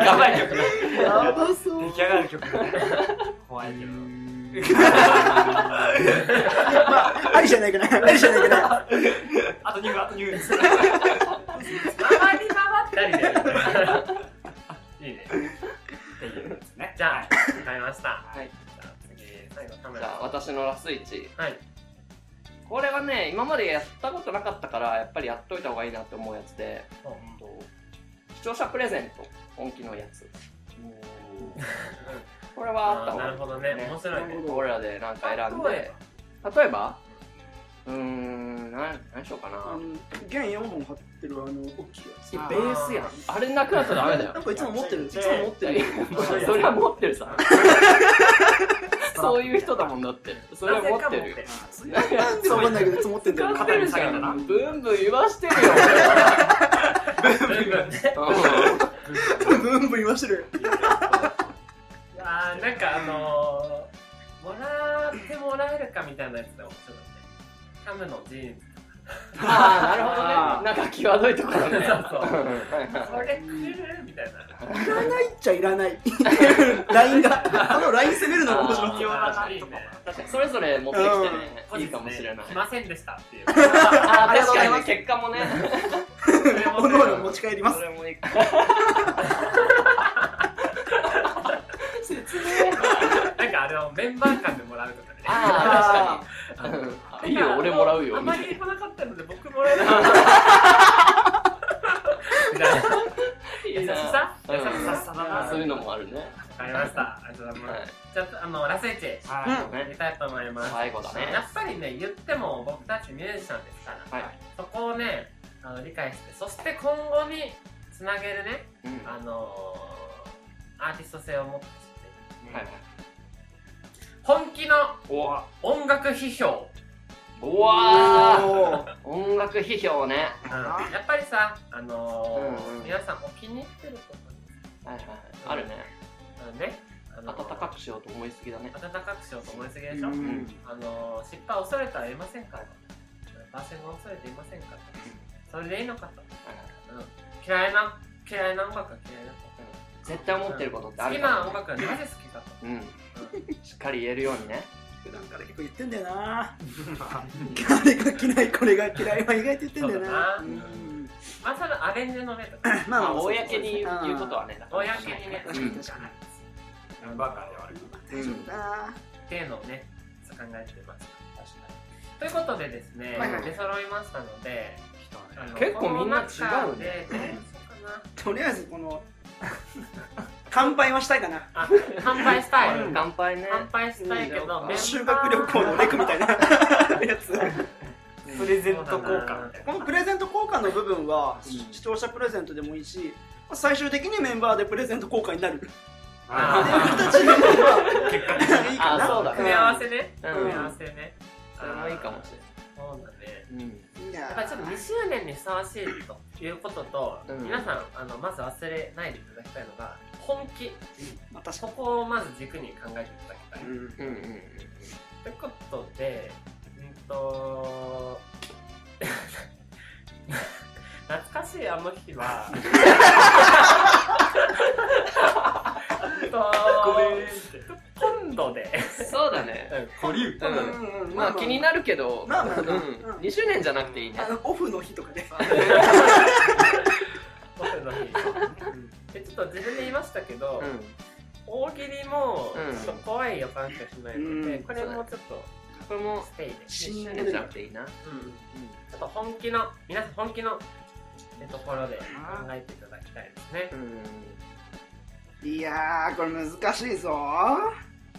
Speaker 4: やばい曲ね
Speaker 1: やばそ
Speaker 3: た
Speaker 1: う
Speaker 3: 出来上がる曲がね怖いけど
Speaker 1: まあありじゃないかなありじゃないかな
Speaker 3: あと2分あと2分
Speaker 2: (laughs) 回り回ったりでいいね
Speaker 3: っていうやつね
Speaker 2: じゃ
Speaker 3: は
Speaker 2: あ
Speaker 3: い
Speaker 2: わかりました
Speaker 4: はい
Speaker 2: じゃあ次最後田
Speaker 4: じ
Speaker 2: 村
Speaker 4: ゃあ
Speaker 2: さ
Speaker 4: 私のラス1
Speaker 2: んはい
Speaker 4: これはね今までやったことなかったからやっぱりやっといた方がいいなって思うやつでえっと視聴者プレゼント本気のやつこれはあった
Speaker 2: あー
Speaker 4: 方
Speaker 2: なるほどね面白い
Speaker 1: なる
Speaker 2: ね
Speaker 1: ほど
Speaker 4: 俺らでなんか選んで
Speaker 2: 例
Speaker 4: 例
Speaker 2: え
Speaker 4: えばうーん何何しようか
Speaker 1: あ
Speaker 4: な
Speaker 1: の弦4本貼ってるあの大きいやつ
Speaker 4: いや
Speaker 3: あー
Speaker 4: ベースやんあれなくなったらダメだよ
Speaker 1: なんかいつも持ってるいつも持って
Speaker 4: い
Speaker 1: る
Speaker 4: や (laughs) それは持ってるさそういう人だもんだってそれは持ってるよ
Speaker 1: そうなんでわかんないけどいつも持 (laughs) ってんだよ
Speaker 4: 使
Speaker 1: な
Speaker 4: ってるじゃ
Speaker 3: 肩に下げてなん
Speaker 4: ブンブン言わしてるよ俺はうん
Speaker 1: ブンブン言わしてる
Speaker 2: あーなんかあのー、もらってもらえるかみたいなやつで面白いねハムのジーンズ
Speaker 4: (laughs) ああなるほどねなんか際どいとこ (laughs) ろね
Speaker 2: そうそう
Speaker 4: うん
Speaker 2: これくるみたいない
Speaker 1: らないっちゃいらない (laughs) ラインがあのライン攻めるのが面白い
Speaker 2: 必要だなとかも
Speaker 4: 確かにそれぞれ持ってきて
Speaker 2: 後
Speaker 4: ねい
Speaker 2: 日
Speaker 4: いかもしれない
Speaker 2: 来ませんでしたっていう
Speaker 4: ああ確
Speaker 1: ありがとうござい
Speaker 4: か
Speaker 1: ま
Speaker 4: に
Speaker 1: す
Speaker 4: 結果もね
Speaker 1: おのおの持ち帰ります
Speaker 4: それもいいか
Speaker 2: なんかあれをメンバー間でもらうとか
Speaker 4: (laughs)
Speaker 2: ね
Speaker 4: あ
Speaker 2: あ
Speaker 4: あ確か
Speaker 2: の
Speaker 4: にいいよ俺もらうよ
Speaker 2: あん
Speaker 4: みた
Speaker 2: ま
Speaker 4: いな
Speaker 2: り来なかったので僕もらえなかったみたいない優
Speaker 4: い
Speaker 2: し
Speaker 4: な
Speaker 2: さ優しさだ
Speaker 3: うん
Speaker 2: な
Speaker 4: そういうのもあるね
Speaker 2: わかりましたありがとうござい
Speaker 4: は
Speaker 2: ま
Speaker 4: い
Speaker 2: すちょっとあのラセーチェ
Speaker 3: は
Speaker 2: やりたいと思います
Speaker 4: 最後だね
Speaker 2: やっぱりね言っても僕たちミュージシャンですから、
Speaker 4: はい
Speaker 2: そこをねあの理解してそして今後につなげるね、
Speaker 4: うん
Speaker 2: あのーアーティスト性を持って
Speaker 4: はい
Speaker 2: 本気の
Speaker 3: い。お
Speaker 2: 音楽批評、
Speaker 4: うわー
Speaker 1: おー
Speaker 4: 音楽批評ね
Speaker 2: うんやっぱりさ、あのー
Speaker 4: うんうん
Speaker 2: 皆さんお気に入ってることに
Speaker 4: はいはいはいあるね
Speaker 2: あのね、あの
Speaker 4: 暖
Speaker 2: ー
Speaker 4: かくしようと思いすぎだね
Speaker 2: 暖かくしようと思いすぎでしょ、
Speaker 1: うん
Speaker 2: あのー失敗を恐れてはいませんからパーセンが恐れていませんからそれでいいのかと
Speaker 4: はいはい
Speaker 2: 嫌いな嫌いな音楽は嫌いだと
Speaker 4: 絶対思ってることってあ
Speaker 2: 好
Speaker 4: る
Speaker 2: き
Speaker 4: から
Speaker 2: な音楽はなぜ好きかと
Speaker 4: うんしっかり言えるようにね
Speaker 1: 普段から結構言ってんだよな
Speaker 3: ー。
Speaker 1: あれが嫌いこれが嫌いは意外と言ってんだよ
Speaker 2: そうだ
Speaker 1: な
Speaker 2: な
Speaker 1: うん
Speaker 2: まあそのアレンジの例とか
Speaker 1: ま
Speaker 4: まあ
Speaker 1: そうそう
Speaker 4: 公に言うことはね
Speaker 2: 公にね
Speaker 1: 確かに確かに
Speaker 3: メンバー間ではある。
Speaker 1: 大丈夫だな
Speaker 2: っていうのをねちょっと考えてます確かにということでですね、
Speaker 1: はいはい
Speaker 2: 出揃いましたのであの
Speaker 4: 結構みんな違うね
Speaker 2: この中でどうしようかな
Speaker 1: とりあえずこの乾杯はしたいかな
Speaker 2: あ乾杯したい
Speaker 4: うん (laughs) 乾杯ね
Speaker 2: 乾杯したいけど、
Speaker 4: う
Speaker 2: メン
Speaker 4: ん
Speaker 2: バー
Speaker 1: 修学旅行のレクみたいなやつ
Speaker 3: プレゼント交換みたい
Speaker 1: このプレゼント交換の部分は、
Speaker 4: うん
Speaker 1: 視聴者プレゼントでもいいしまあ最終的にメンバーでプレゼント交換になるっていう
Speaker 2: あー
Speaker 4: (laughs)
Speaker 1: 形でやれば
Speaker 3: 結果
Speaker 1: いいか
Speaker 4: あ
Speaker 1: な
Speaker 4: そうだ
Speaker 2: 組み
Speaker 4: ね
Speaker 2: 合わせね、
Speaker 4: うん
Speaker 2: 組み合わせね
Speaker 4: それもいいかも
Speaker 2: れ
Speaker 4: し
Speaker 2: ないそうだね
Speaker 4: れないうん
Speaker 1: い
Speaker 2: や
Speaker 1: や
Speaker 2: っぱりちょっと2周年にふさわしいということと、
Speaker 4: うん
Speaker 2: 皆さんあのまず忘れないでいただきたいのが本気
Speaker 1: まあ確
Speaker 2: そ
Speaker 1: か
Speaker 2: こをまず軸に考えていただきたい、
Speaker 1: にうん
Speaker 4: うんうんうん
Speaker 2: ということで、うんと (laughs) 懐かしいあの日
Speaker 4: (laughs)
Speaker 2: は、 (laughs) うんと今度で、
Speaker 4: そうだね
Speaker 2: (laughs)
Speaker 3: 保留。
Speaker 4: う
Speaker 1: う
Speaker 4: ん
Speaker 1: んうん
Speaker 4: まあ気になるけど
Speaker 1: まあまあまあ
Speaker 4: うん2周年じゃなくていいね
Speaker 1: あのオフの日とかで
Speaker 2: 僕の日でちょっと自分で言いましたけど、
Speaker 4: うん
Speaker 2: 大喜利も
Speaker 4: うん
Speaker 2: ちょっと怖い予感しかしないので、
Speaker 1: うん
Speaker 2: これもちょっと
Speaker 4: これも
Speaker 2: ステイで、
Speaker 4: 2周年じゃなくていいな
Speaker 2: うんちょっと本気の皆さん本気のところで考えていただきたいですね
Speaker 4: う。ん
Speaker 1: いやーこれ難しいぞ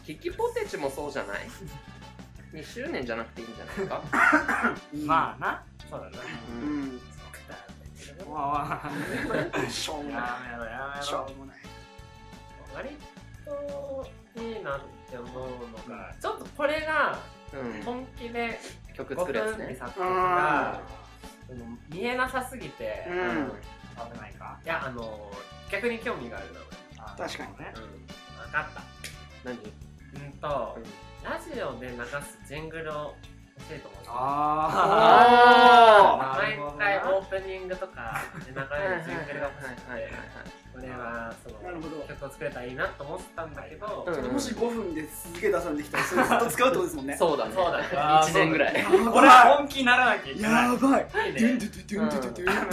Speaker 4: キキポテチもそうじゃない2周年じゃなくていいんじゃないか
Speaker 3: まあな。
Speaker 2: そうだな。
Speaker 1: あう
Speaker 4: うん
Speaker 1: ん
Speaker 3: まあまあ。
Speaker 1: しょうもない
Speaker 3: やめろやめ
Speaker 1: し
Speaker 3: ろ
Speaker 1: ょ。うもない
Speaker 2: 割といいなって思うのが、ちょっとこれが
Speaker 4: うん
Speaker 2: 本気で
Speaker 4: 曲
Speaker 2: 5
Speaker 4: 作るやつ
Speaker 2: 分で
Speaker 4: ね
Speaker 2: 作曲がうん見えなさすぎて、
Speaker 1: う
Speaker 2: い
Speaker 1: ん
Speaker 3: 危ないか。
Speaker 2: やあの逆に興味があるな俺
Speaker 1: 確かに
Speaker 3: ね。
Speaker 2: うん、分かった。
Speaker 4: 何
Speaker 2: うんと、ラジオで流すジングルを欲しいと思います。
Speaker 3: あ
Speaker 4: あ
Speaker 2: 毎
Speaker 3: ーなるほどな
Speaker 2: 回オープニングとかで流れるジングルが欲しく
Speaker 4: はいはいはいはい
Speaker 2: てこれはそ
Speaker 1: なるほ
Speaker 2: の
Speaker 1: ど
Speaker 2: 曲を作れたらいいなと思ってたんだけど、
Speaker 4: うんうん
Speaker 1: もし5分ですげえ出さんできたらそれずっと使うってことですもんね
Speaker 4: そうだね
Speaker 2: そうだね
Speaker 3: あー
Speaker 4: 1年ぐらい
Speaker 3: あ。これは本気にならなきゃいけない。
Speaker 1: やばい
Speaker 2: いい
Speaker 1: ドゥンドゥド
Speaker 2: ね
Speaker 1: ゥドゥンドゥドゥドゥンっ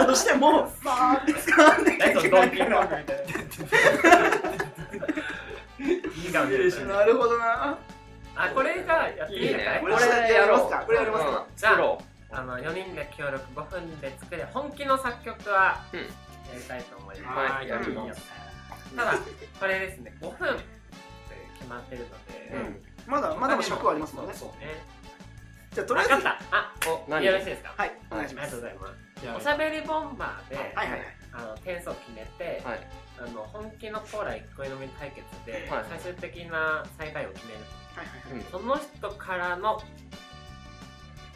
Speaker 1: てどうしてもバーって使わなきゃ
Speaker 2: ラ
Speaker 1: い
Speaker 2: ジオ
Speaker 1: け
Speaker 2: ド
Speaker 1: な
Speaker 2: ン
Speaker 1: い
Speaker 2: キ
Speaker 1: か
Speaker 2: (laughs) ーコ
Speaker 1: ら
Speaker 2: ングみたいな。いい感じでしょ。
Speaker 1: なるほどな
Speaker 2: あ、これがやっていいじゃない
Speaker 1: これやりますかこれやりますか
Speaker 4: じゃあ
Speaker 2: あの4人で協力5分で作る本気の作曲は
Speaker 4: うん
Speaker 2: やりたいと思います。
Speaker 4: はいやり
Speaker 3: い
Speaker 4: ま
Speaker 3: よ
Speaker 4: す
Speaker 2: ただこれですね5分って決まってるの
Speaker 4: う
Speaker 2: で、
Speaker 4: ん
Speaker 1: まだまだ尺はありますもんね
Speaker 2: そうそうね
Speaker 1: じゃあと
Speaker 2: 分
Speaker 1: りあえず
Speaker 2: かったあ
Speaker 4: お何
Speaker 2: よろしいですか
Speaker 1: はいお願いし
Speaker 2: あり
Speaker 1: ま
Speaker 2: がと
Speaker 1: す
Speaker 2: うご
Speaker 1: は
Speaker 2: ざいます
Speaker 3: じゃ
Speaker 2: おしゃべりボンバーで、
Speaker 1: いはいはい
Speaker 2: あの点数を決めて、
Speaker 4: はい
Speaker 2: あの本気のコーラ1個飲み対決で、
Speaker 4: はい
Speaker 2: 最終的な最下位を決める
Speaker 1: はいはいはい
Speaker 2: その人からの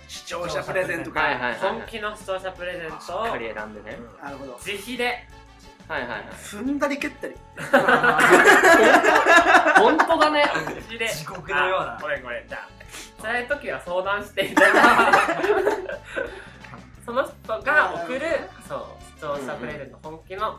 Speaker 1: 視聴者プレゼントか
Speaker 4: はいはい
Speaker 1: ら
Speaker 4: はい
Speaker 2: 本気の視聴者プレゼントを
Speaker 4: しっかり選んでね
Speaker 1: なるほど
Speaker 2: 自費で
Speaker 4: はいはいはい
Speaker 1: 踏んだり蹴ったり
Speaker 3: あ
Speaker 4: 本当だね
Speaker 2: 自費で
Speaker 3: 地獄のような
Speaker 2: あこれこれじゃあ辛い時は相談していただい
Speaker 4: (laughs)
Speaker 2: てその人が送るそう視聴者プレゼント本気のっ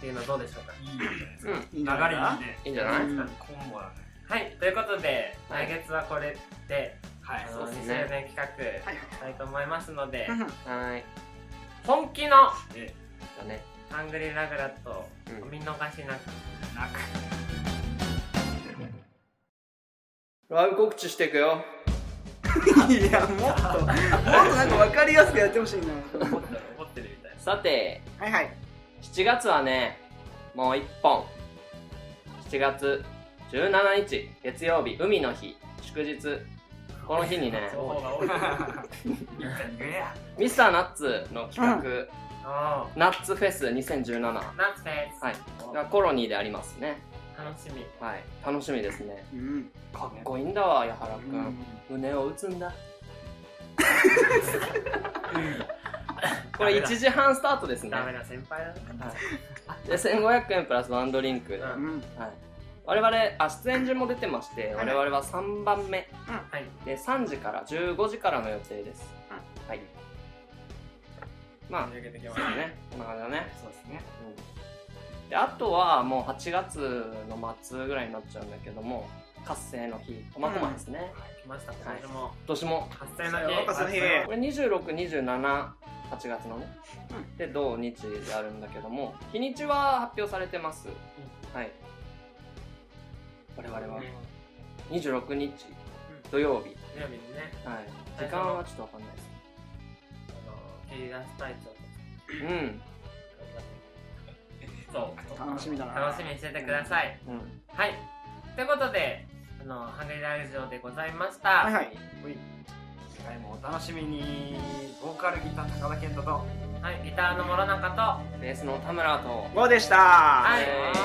Speaker 2: ていうのはどうでしょうか
Speaker 3: いいね
Speaker 4: うん
Speaker 1: いいん
Speaker 3: 流
Speaker 1: じゃない
Speaker 3: れいい
Speaker 1: かな
Speaker 3: ね
Speaker 4: いいんじゃない
Speaker 1: うん
Speaker 3: コンボだね
Speaker 2: はいということで
Speaker 4: は
Speaker 2: 来
Speaker 4: い
Speaker 2: 月はこれで、
Speaker 3: はい
Speaker 2: あ
Speaker 4: そ
Speaker 2: の
Speaker 4: うです
Speaker 2: 2周
Speaker 4: ね
Speaker 2: 年企画
Speaker 1: はい
Speaker 2: したいと思いますので、
Speaker 1: はい
Speaker 4: はい
Speaker 2: 本気の
Speaker 3: で
Speaker 4: だね
Speaker 2: ハングリーラグラと
Speaker 4: う
Speaker 2: お
Speaker 4: ん
Speaker 2: 見逃しなく
Speaker 3: なく
Speaker 4: ライブ告知していくよ
Speaker 1: い (laughs) やもっともっとなんか分かりやすくやってほしいな
Speaker 2: 思ってる思ってるみたいな
Speaker 4: さて
Speaker 1: はいはい
Speaker 4: 7月はねもう1本7月17日月曜日海の日祝日この日に
Speaker 2: (laughs)
Speaker 4: ね
Speaker 2: 情報が多い
Speaker 3: いや
Speaker 4: ミスターナッツの企画、
Speaker 2: あ
Speaker 4: ナッツフェス2017
Speaker 2: あなんすね
Speaker 4: はいがコロニーでありますね
Speaker 2: 楽しみ
Speaker 4: はい楽しみですね
Speaker 1: うん
Speaker 3: かっ
Speaker 4: かっ
Speaker 3: こ
Speaker 4: こいいんだわ矢原
Speaker 1: う
Speaker 4: くん、
Speaker 1: ん
Speaker 4: 胸を打つ
Speaker 2: (laughs)
Speaker 4: んだこれ1時半スタートですね
Speaker 2: ダメな先輩だね
Speaker 4: で1500円プラスワンドリンクで、
Speaker 2: うん
Speaker 1: う
Speaker 4: はい、
Speaker 1: ん
Speaker 4: 我々あ出演順も出てまして
Speaker 1: はい
Speaker 4: 我々は3番目
Speaker 2: はい
Speaker 4: で3時から15時からの予定です、はいまあ
Speaker 2: 盛り上げていきま
Speaker 4: そう
Speaker 2: す
Speaker 4: だねこんな感じだね、
Speaker 3: そうですね
Speaker 4: うん、であとはもう8月の末ぐらいになっちゃうんだけども活性の日苫小牧ですね、
Speaker 2: 来ました今年も
Speaker 4: 今年も
Speaker 2: 発生の
Speaker 1: そうよ
Speaker 2: 日
Speaker 1: 若さの日
Speaker 4: これ2627 8月のね、
Speaker 1: う
Speaker 4: で同日であるんだけども日にちは発表されてます、はい我々は26
Speaker 2: う
Speaker 4: 日
Speaker 2: ん
Speaker 4: 土曜
Speaker 2: 土曜
Speaker 4: 日、
Speaker 2: 日にね
Speaker 4: はい、時間はちょっとわかんないです
Speaker 2: あの切り出したいと
Speaker 4: うん
Speaker 2: そう
Speaker 1: 楽しみだな
Speaker 2: 楽しみにしててください
Speaker 4: うん
Speaker 2: はいということであのハングリーラジオでございました
Speaker 1: はいはい
Speaker 3: 次回もお楽しみにボーカルギター高田健太と
Speaker 2: はい、ギターの諸中と、は
Speaker 4: ベースの田村と
Speaker 1: 5でした
Speaker 4: い
Speaker 2: い、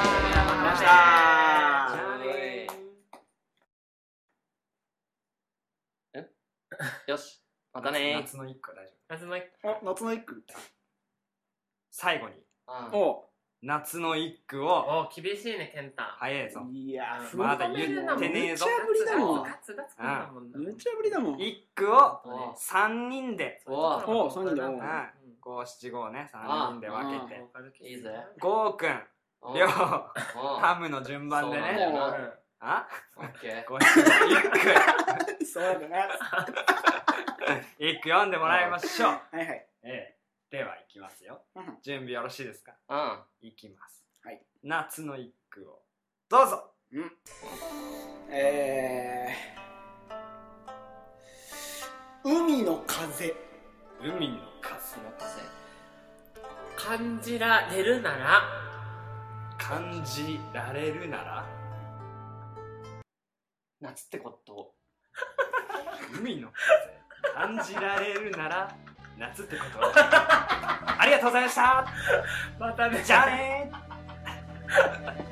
Speaker 1: まし
Speaker 2: じ
Speaker 1: た
Speaker 2: ゃあね
Speaker 4: (laughs) よしまたね
Speaker 3: 夏の一個大
Speaker 2: 夏
Speaker 3: 丈夫
Speaker 2: の
Speaker 1: お夏の一句
Speaker 3: 最後に
Speaker 4: あー
Speaker 1: お
Speaker 3: 夏の一句
Speaker 2: お
Speaker 3: を
Speaker 2: 厳しいね、ケンタ。
Speaker 3: 早いぞ
Speaker 1: いやー
Speaker 3: まだ言ってね
Speaker 1: めっ
Speaker 3: えぞ
Speaker 1: ちゃぶりだ
Speaker 3: (laughs)
Speaker 1: もん
Speaker 2: ガツガツガツガツだもんな。
Speaker 1: めっちゃぶりだもん
Speaker 3: 一句を
Speaker 4: お
Speaker 3: 3人で
Speaker 1: おお三人でおう
Speaker 3: 五七五ね3人で分けて
Speaker 4: いいぜ
Speaker 3: ゴーくん
Speaker 4: お
Speaker 3: りょう
Speaker 4: お
Speaker 3: ハムの順番で
Speaker 4: そうなんだよ
Speaker 3: ね
Speaker 4: な
Speaker 3: あ
Speaker 4: オッケ
Speaker 3: 五七五一句
Speaker 1: そうだね
Speaker 3: 一句読んでもらいましょう
Speaker 1: はいはい
Speaker 3: ええではいきますよ
Speaker 1: うん
Speaker 3: 準備よろしいですか
Speaker 4: ーうん
Speaker 3: いきます
Speaker 1: はい
Speaker 3: 夏の一句をどうぞ
Speaker 1: えー、海の風
Speaker 3: 海の風
Speaker 4: すみません
Speaker 2: 感じられるなら、
Speaker 3: 感じられるなら
Speaker 4: 夏ってこと
Speaker 3: 海の風感じられるなら夏ってことありがとうございました
Speaker 2: またね
Speaker 3: じゃあねー